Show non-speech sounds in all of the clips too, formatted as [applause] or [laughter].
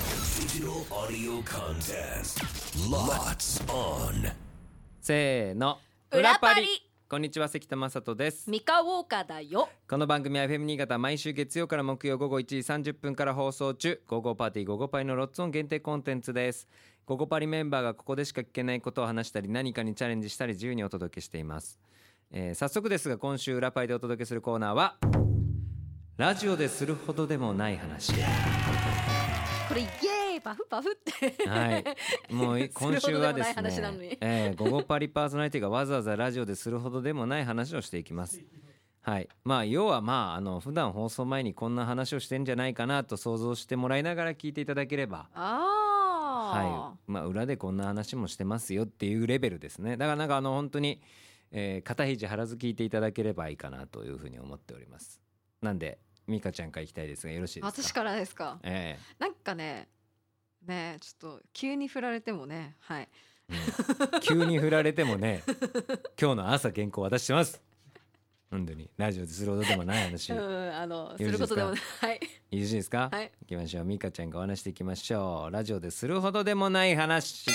Digital audio contest. Lots on. せーの裏パリこんにちは関田正人ですミカウォーカーだよこの番組は FM 新潟毎週月曜から木曜午後1時30分から放送中午後パーティー午後パイのロッツオン限定コンテンツです午後パリメンバーがここでしか聞けないことを話したり何かにチャレンジしたり自由にお届けしています、えー早速ですが今週裏パリでお届けするコーナーはラジオでするほどでもない話これイエーイパフパフってはい、もうい今週はですするほどでもない話なのねに、えー、午後パリパーソナリティがわざわざラジオでするほどでもない話をしていきます。はい、まあ要はまああの普段放送前にこんな話をしてんじゃないかなと想像してもらいながら聞いていただければ、 [laughs] ああ、はい、まあ裏でこんな話もしてますよっていうレベルですね。だからなんかあの本当に、えー、肩肘張らず聞いていただければいいかなというふうに思っております。なんで美香ちゃんから行きたいですがよろしいですか。私からですかえなんかねねえちょっと急に振られてもねはいえ急に振られても [laughs] ね今日の朝原稿渡してます本当にラジオでするほどでもない話うよんあのすよろしいですかることでもないはいろしいですか、、はいいきましょうミカちゃんがお話していきましょうラジオでするほどでもない話、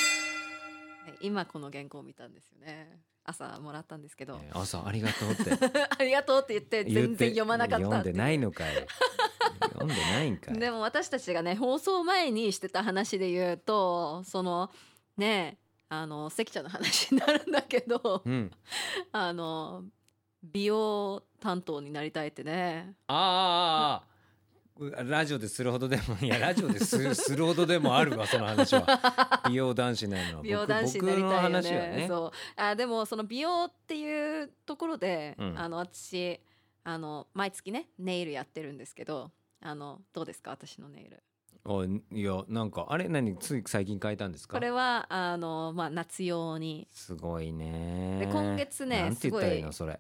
今この原稿を見たんですよね朝もらったんですけど、えー朝ありがとうって [laughs] ありがとうって言って言全って然読まなかった読んでないののかい読んでないんかいでも私たちがね放送前にしてた話で言うとそのねえあの関ちゃんの話になるんだけどうん、あの美容担当になりたいってねあーあーあーラジオでするほどでもいやラジオでするするほどでもあるわその話 [laughs] は美容男子になるのは美容男子になりたいよ僕僕のね話はねそうあでもその美容っていうところで、うんあの私あの毎月ねネイルやってるんですけどあのどうですか私のネイルあいやなんかあれ何つい最近変えたんですかこれはあの、まあ、夏用にすごいねで今月ねなんて言ったらいいのすそれ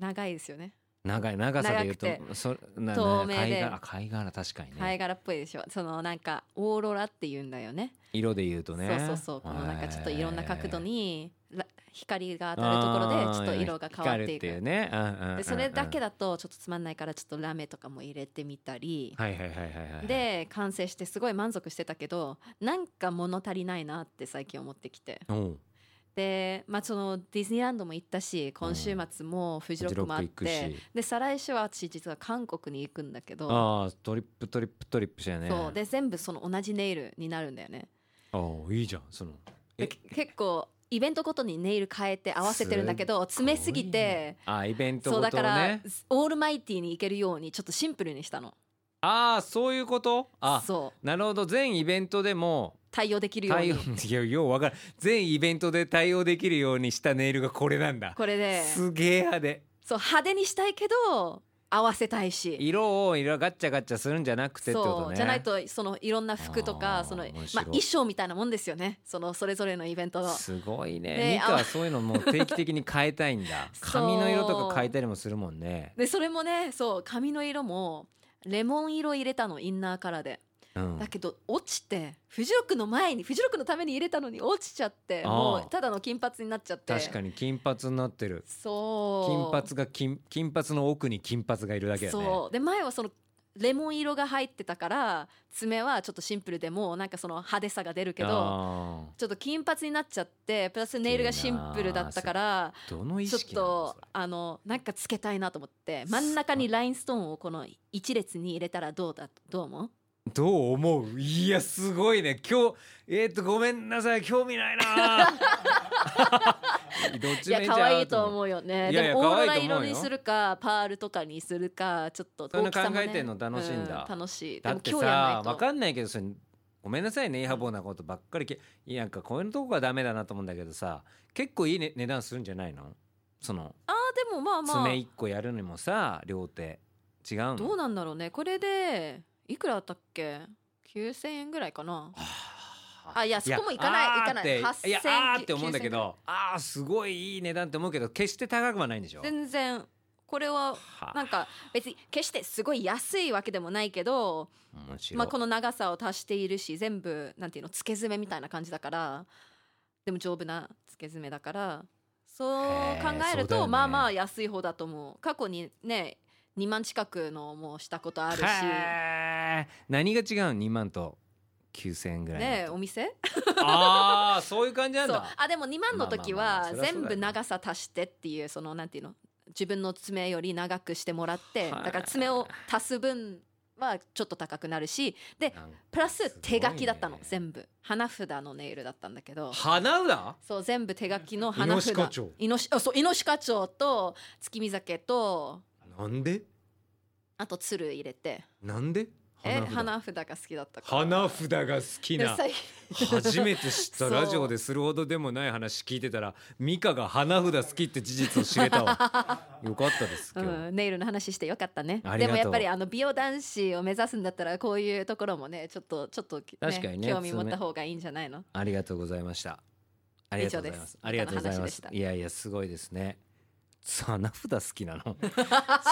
長いですよね長い長さで言うと長くそな透明でな貝殻貝殻確かにね、貝殻っぽいでしょそのなんかオーロラっていうんだよね色で言うとねそうそうそうこのなんかちょっといろんな角度えーにら光が当たるところでちょっと色が変わってあー光るっいくていうねうんうんうんでそれだけだだとちょっとつまんないからちょっとラメとかも入れてみたり、はいはいはいはいはいで完成してすごい満足してたけどなんか物足りないなって最近思ってきてうんで、まあ、そのディズニーランドも行ったし今週末もフジロックもあっフジロックて行くし、で再来週は私実は韓国に行くんだけど、ああトリップトリップトリップしたよねそうで全部その同じネイルになるんだよね。ああいいじゃんそのえで結構イベントごとにネイル変えて合わせてるんだけど詰めすぎて。あーイベントそうごだとかをらねオールマイティーに行けるようにちょっとシンプルにしたのああそういうことあそうなるほど全イベントでも対応できるよう対に応いやようわかる全イベントで対応できるようにしたネイルがこれなんだこれですげえ派手そう派手にしたいけど合わせたいし色を色ガッチャガッチャするんじゃなくてってことそねうじゃないとそのいろんな服とあかーその、ま面あ、白い衣装みたいなもんですよねそのそれぞれのイベントのすごいねねミカはそういうのもう定期的に変えたいん [laughs] だそう髪の色とか変えたりもするもんね、でそれもねそう髪の色もレモン色入れたのインナーカラーでうんだ、けど落ちてフジロックの前にフジロックのために入れたのに落ちちゃってもあーうただの金髪になっちゃって確かに金髪になってる金そう髪が金金髪の奥に金髪がいるだけだねそうで前はそのレモン色が入ってたから爪はちょっとシンプルでもなんかその派手さが出るけどあちょっと金髪になっちゃってプラスネイルがシンプルだったからーどの意ちょっ識なのとあのなんかつけたいなと思って真ん中にラインストーンをこの一列に入れたらどうだどう思それどう思ういやすごいね今日えー、っとごめんなさい興味ない [laughs] などっういちもやいいん可じゃ愛んいと思うよねいやいやでもオーロ可ラ愛いと思色うよにするかパールとかにするかちょっとそういうの大きさも、ね、考えてんの楽しいんだう楽しいでだもって今日やらさないわとかんないけどそれごめんなさいねイハボーなことばっかりけいやなんかこういうとこがダメだなと思うんだけどさ結構いい、ね、値段するんじゃないのそのあーでもまあまあ爪一個やるにもさ両手違うのどうなんだろうねこれでいくらだったっけ9000円ぐらいかなあいやそこも行かないあー行かないって8000いやあーって思うんだけ9000どあーすごいいい値段って思うけど決して高くはないんでしょ全然これははなんか別に決してすごい安いわけでもないけど、面白い、まあ、この長さを足しているし全部なんていうの付け爪みたいな感じだからでも丈夫な付け爪だからそうへー考えるそうだと、よねまあまあ安い方だと思う過去にね2万近くのもしたことあるしへー何が違うの2万と9,000円ぐらいのねえお店ああそういう感じなんそうだあでも2万の時まあまあまあそはりゃそうだよ全ね部長さ足してっていうそのなんていうの自分の爪より長くしてもらってはいだから爪を足す分はちょっと高くなるしでなんかプラスすごいね手書きだったの、全部花札のネイルだったんだけど花裏そう全部手書きの花札イノシカチョウイノシあそうイノシカチョウと月見酒となんであと鶴入れてなんでえ札花札が好きだったから花札が好きなで最初めて知ったそうラジオでするほどでもない話聞いてたら美香が花札好きって事実を知れたわ [laughs] よかったです今日、うん、ネイルの話してよかったねありでがとうもやっぱりあの美容男子を目指すんだったらこういうところもねちょっとちょっと、ね、確かにね興味持った方がいいんじゃないのありがとうございましたありがとうございます以上ですありがとうございます美香の話でしたいやいやすごいですね花札好きなの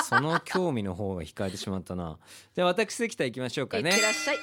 その興味の方が控えてしまったなじゃあ私関田行きましょうかねいってらっしゃい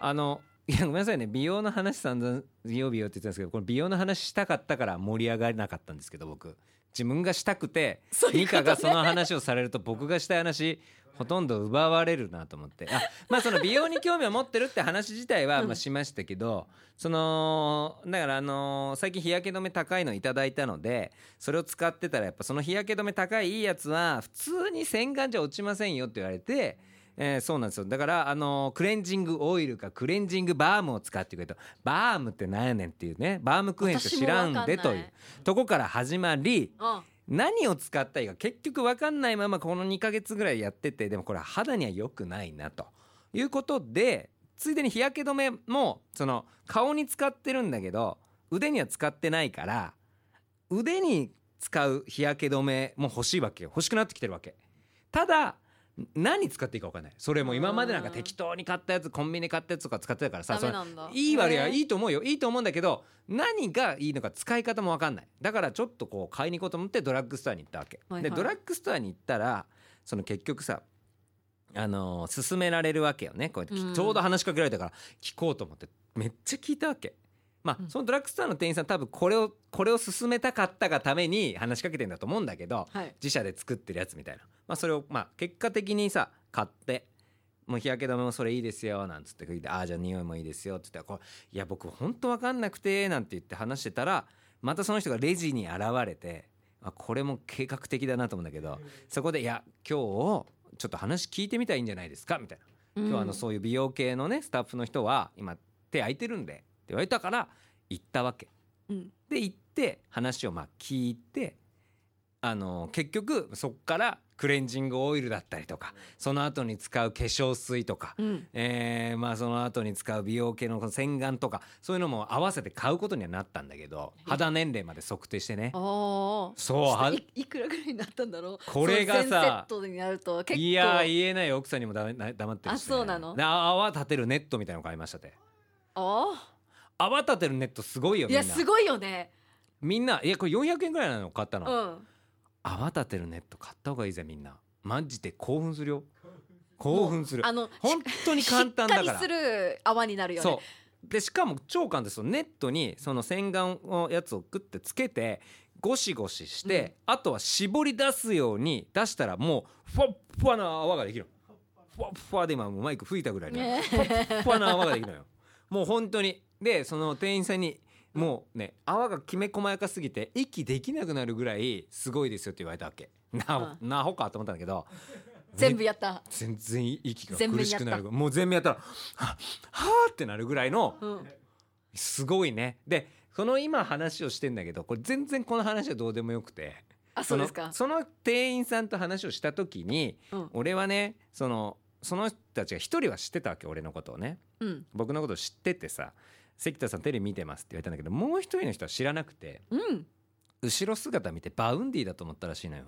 あのいやごめんなさいね美容の話散々美容美容って言ってたんですけどこの美容の話したかったから盛り上がれなかったんですけど僕自分がしたくてそうい美うこと香ねがその話をされると僕がしたい話ほとんど奪われるなと思ってあまあその美容に興味を持ってるって話自体はうんまあしましたけど、そのだからあのー最近日焼け止め高いのいただいたのでそれを使ってたらやっぱその日焼け止め高いいいやつは普通に洗顔じゃ落ちませんよって言われて。えーそうなんですよだから、あのークレンジングオイルかクレンジングバームを使ってくれとバームってなんやねんっていうねバームクエンしか知らんで私もわかとんいないうとこから始まりうん何を使ったらいいか結局分かんないままこの2ヶ月ぐらいやっててでもこれは肌には良くないなということでついでに日焼け止めもその顔に使ってるんだけど腕には使ってないから腕に使う日焼け止めも欲しいわけよ欲しくなってきてるわけただ何使っていいか分かんないそれも今までなんか適当に買ったやつコンビニで買ったやつとか使ってたからさダそメれなんだいい悪いはねいいと思うよいいと思うんだけど何がいいのか使い方も分かんないだからちょっとこう買いに行こうと思ってドラッグストアに行ったわけ、はいはいでドラッグストアに行ったらその結局さあのー勧められるわけよねこうやってうんちょうど話しかけられたから聞こうと思ってめっちゃ聞いたわけまうあんそのドラッグストアの店員さん多分これをこれを勧めたかったがために話しかけてんだと思うんだけどはい自社で作ってるやつみたいな、まあ、それをまあ結果的にさ買ってもう日焼け止めもそれいいですよなんつって吹いて「ああじゃあ匂いもいいですよ」って言ったらこう「いや僕ほんと分かんなくて」なんて言って話してたらまたその人がレジに現れてあこれも計画的だなと思うんだけどそこで「いや今日ちょっと話聞いてみたらいいんじゃないですか」みたいな。今日あのそういう美容系のねスタッフの人は今手空いてるんでって言われたから行ったわけ。うんで行って話をまあ聞いてあの結局そっからクレンジングオイルだったりとかその後に使う化粧水とか、うんえーまあその後に使う美容系の洗顔とかそういうのも合わせて買うことにはなったんだけど肌年齢まで測定してねあ。ーそうはちょっといいくらぐらいになったんだろうこれがさそう全セットになると結構いや言えない奥さんにもだめな黙ってるし、ね、あそうなので泡立てるネットみたいなの買いましたってあ泡立てるネットすごいよーみんいなやすごいよねみんないやこれ400円ぐらいなの買ったうの、ん泡立てるネット買った方がいいぜみんなマジで興奮するよ興奮するあの本当に簡単だからしっかりする泡になるよねそうでしかも超簡単ですよネットにその洗顔のやつをグッてつけてゴシゴシして、あとは絞り出すように出したらもうふわっふわな泡ができるのふわっふわで今もうマイク吹いたぐらいの、ねふわっふわな泡ができるのよもう本当にでその店員さんにもうね泡がきめ細やかすぎて息できなくなるぐらいすごいですよって言われたわけな,、なほかと思ったんだけど全部やった、全然息が全部苦にしやっくたなるもう全部やったらははーってなるぐらいのうん、すごいねでその今話をしてんだけどこれ全然この話はどうでもよくてあそうですかのその店員さんと話をした時にうん俺はねそのその人たちが一人は知ってたわけ俺のことをねうん僕のことを知っててさ「関田さんテレビ見てます」って言われたんだけどもう一人の人は知らなくてうん後ろ姿見てバウンディだと思ったらしいのよ。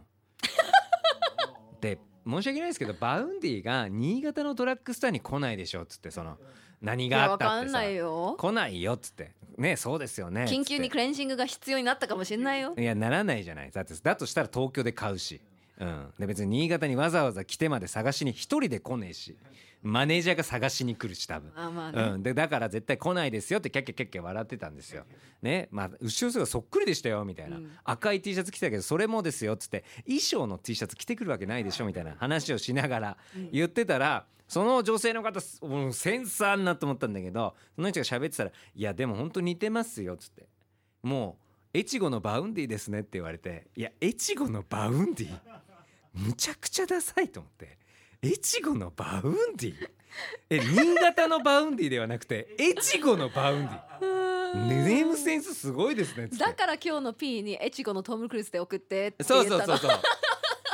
で申し訳ないですけどバウンディが新潟のドラッグストアに来ないでしょっつってその何いがやあわったかってんさないよ来ないよっつってねそうですよね緊急につっクレンジングが必要になったかもしれないよていやならないじゃないだってだとしたら東京で買うし、うん、で別に新潟にわざわざ来てまで探しに一人で来ねえしマネージャーが探しに来るし多分。あまあね、うん、でだから絶対来ないですよってキャッキャキャッキャ笑ってたんですよ。ねまあ後ろ姿そっくりでしたよみたいな、うん赤い T シャツ着てたけどそれもですよっつって衣装の T シャツ着てくるわけないでしょみたいな話をしながら言ってたら、その女性の方すもうセンサーあんなと思ったんだけどその人が喋ってたら「いやでも本当似てますよ」っつって「もう越後のバウンディですね」って言われて「いや越後のバウンディ [laughs] むちゃくちゃダサい」と思って「越後のバウンディ」え新潟のバウンディではなくて越後のバウンディネームセンスすごいですねっつってだから今日の P にエチゴのトム・クルーズで送ってって言そっうたのそうそうそう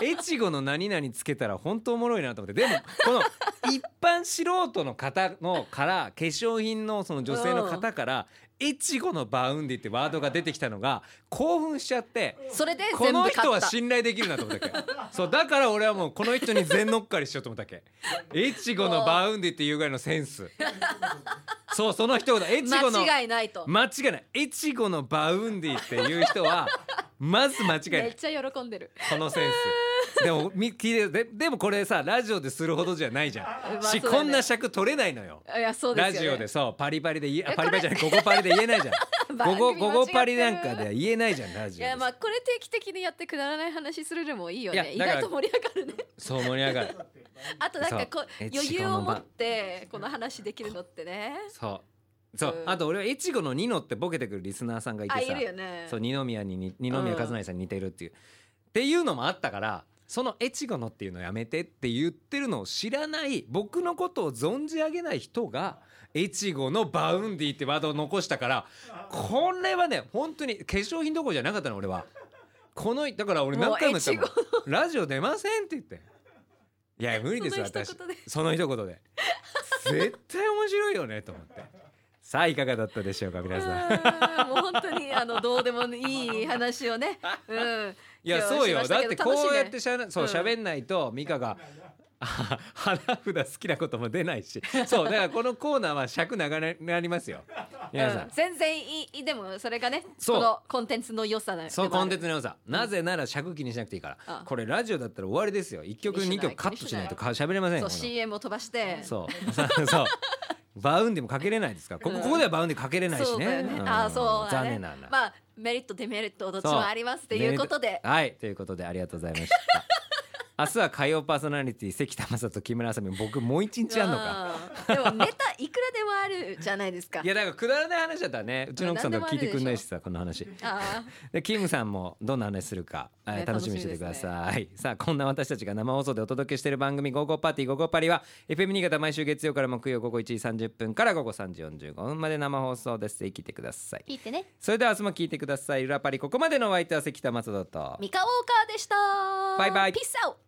越後の何々つけたら本当おもろいなと思ってでもこの一般素人の方のから化粧品のその女性の方から越後のバウンディってワードが出てきたのが興奮しちゃってそれでこ全部の買った人は信頼できるなと思ったっ [laughs] けそうだから俺はもうこの人に全乗っかりしようと思ったっけ越後のバウンディっていうぐらいのセンスそうその人だ越後の間違いないと間違いない越後のバウンディっていう人はまず間違いなめいっちゃ喜んでるこのセンスでもみ聞いてででもこれさラジオでするほどじゃないじゃん、まあしそうだねこんな尺取れないのよいやそうですよ、ラね、ジオでそうパリパリで言えあえパリパリじこゃないゴゴパリで言え [laughs] ないじゃん番ゴ組ゴ間違っゴてるゴパリなんかでは言えないじゃんラジオいでやまあこれ定期的にやってくだらない話するのもいいよねい意やだから外と盛り上がるねそう盛り上がるあとなんかこそううエチ余ゴ裕のを持ってこの話できるのってねそうそう、うんあと俺は越後のニノってボケてくるリスナーさんがいてあさいるよねそう二宮にに二宮和也さんに似てるっていう、っていうのもあったからその越後のっていうのやめてって言ってるのを知らない僕のことを存じ上げない人が越後のバウンディってワードを残したからこれはね本当に化粧品どころじゃなかったの俺はこのだから俺何回も言ったもんもうラジオ出ませんって言っていや無理ですよその私一言でその一言で絶対面白いよねと思ってさあいかがだったでしょうか皆さんうんもう本当にあのどうでもいい話 [laughs] をね、うん、いや今日そうよしましだたっけどてこうやって楽しいしねゃべそううん喋んないと美香が [laughs] あ花札好きなことも出ない [laughs] しそうだからこのコーナーは尺長くなりますよ皆さうんん全然いいでもそれがねそうこのコンテンツの良さだそうコンテンツの良さなぜなら尺気にしなくていいかあらこれラジオだったら終わりですよ1曲気に2しない曲カットしないとか喋れませんそよう CM を飛ばしてうそうそう [laughs] そうバウンディもかけれないですからここうんここではバウンディかけれないしそうだねよね、うんああそうだ残ね念な話まあメリットデメリットどっちそうもありますということではいということでありがとうございました [laughs] 明日は火曜パーソナリティ関田正人木村あさみ僕もう一日あんのかうんでもネタいくらでもあるじゃないですか [laughs] いやだからくだらない話だったらねうちの奥さんとか聞いてくんないしさこの話あでキムさんもどんな話するか、えーね楽しみにしててください、さあこんな私たちが生放送でお届けしている番組「午後パーティー午後パリは」FM 新潟毎週月曜から木曜午後1時30分から午後3時45分まで生放送ですぜひ聞いてください聞いてねそれでは明日も聞いてください「裏パリ」ここまでのお相手は関田正人とミカウォーカーでしたバイバイピースアウト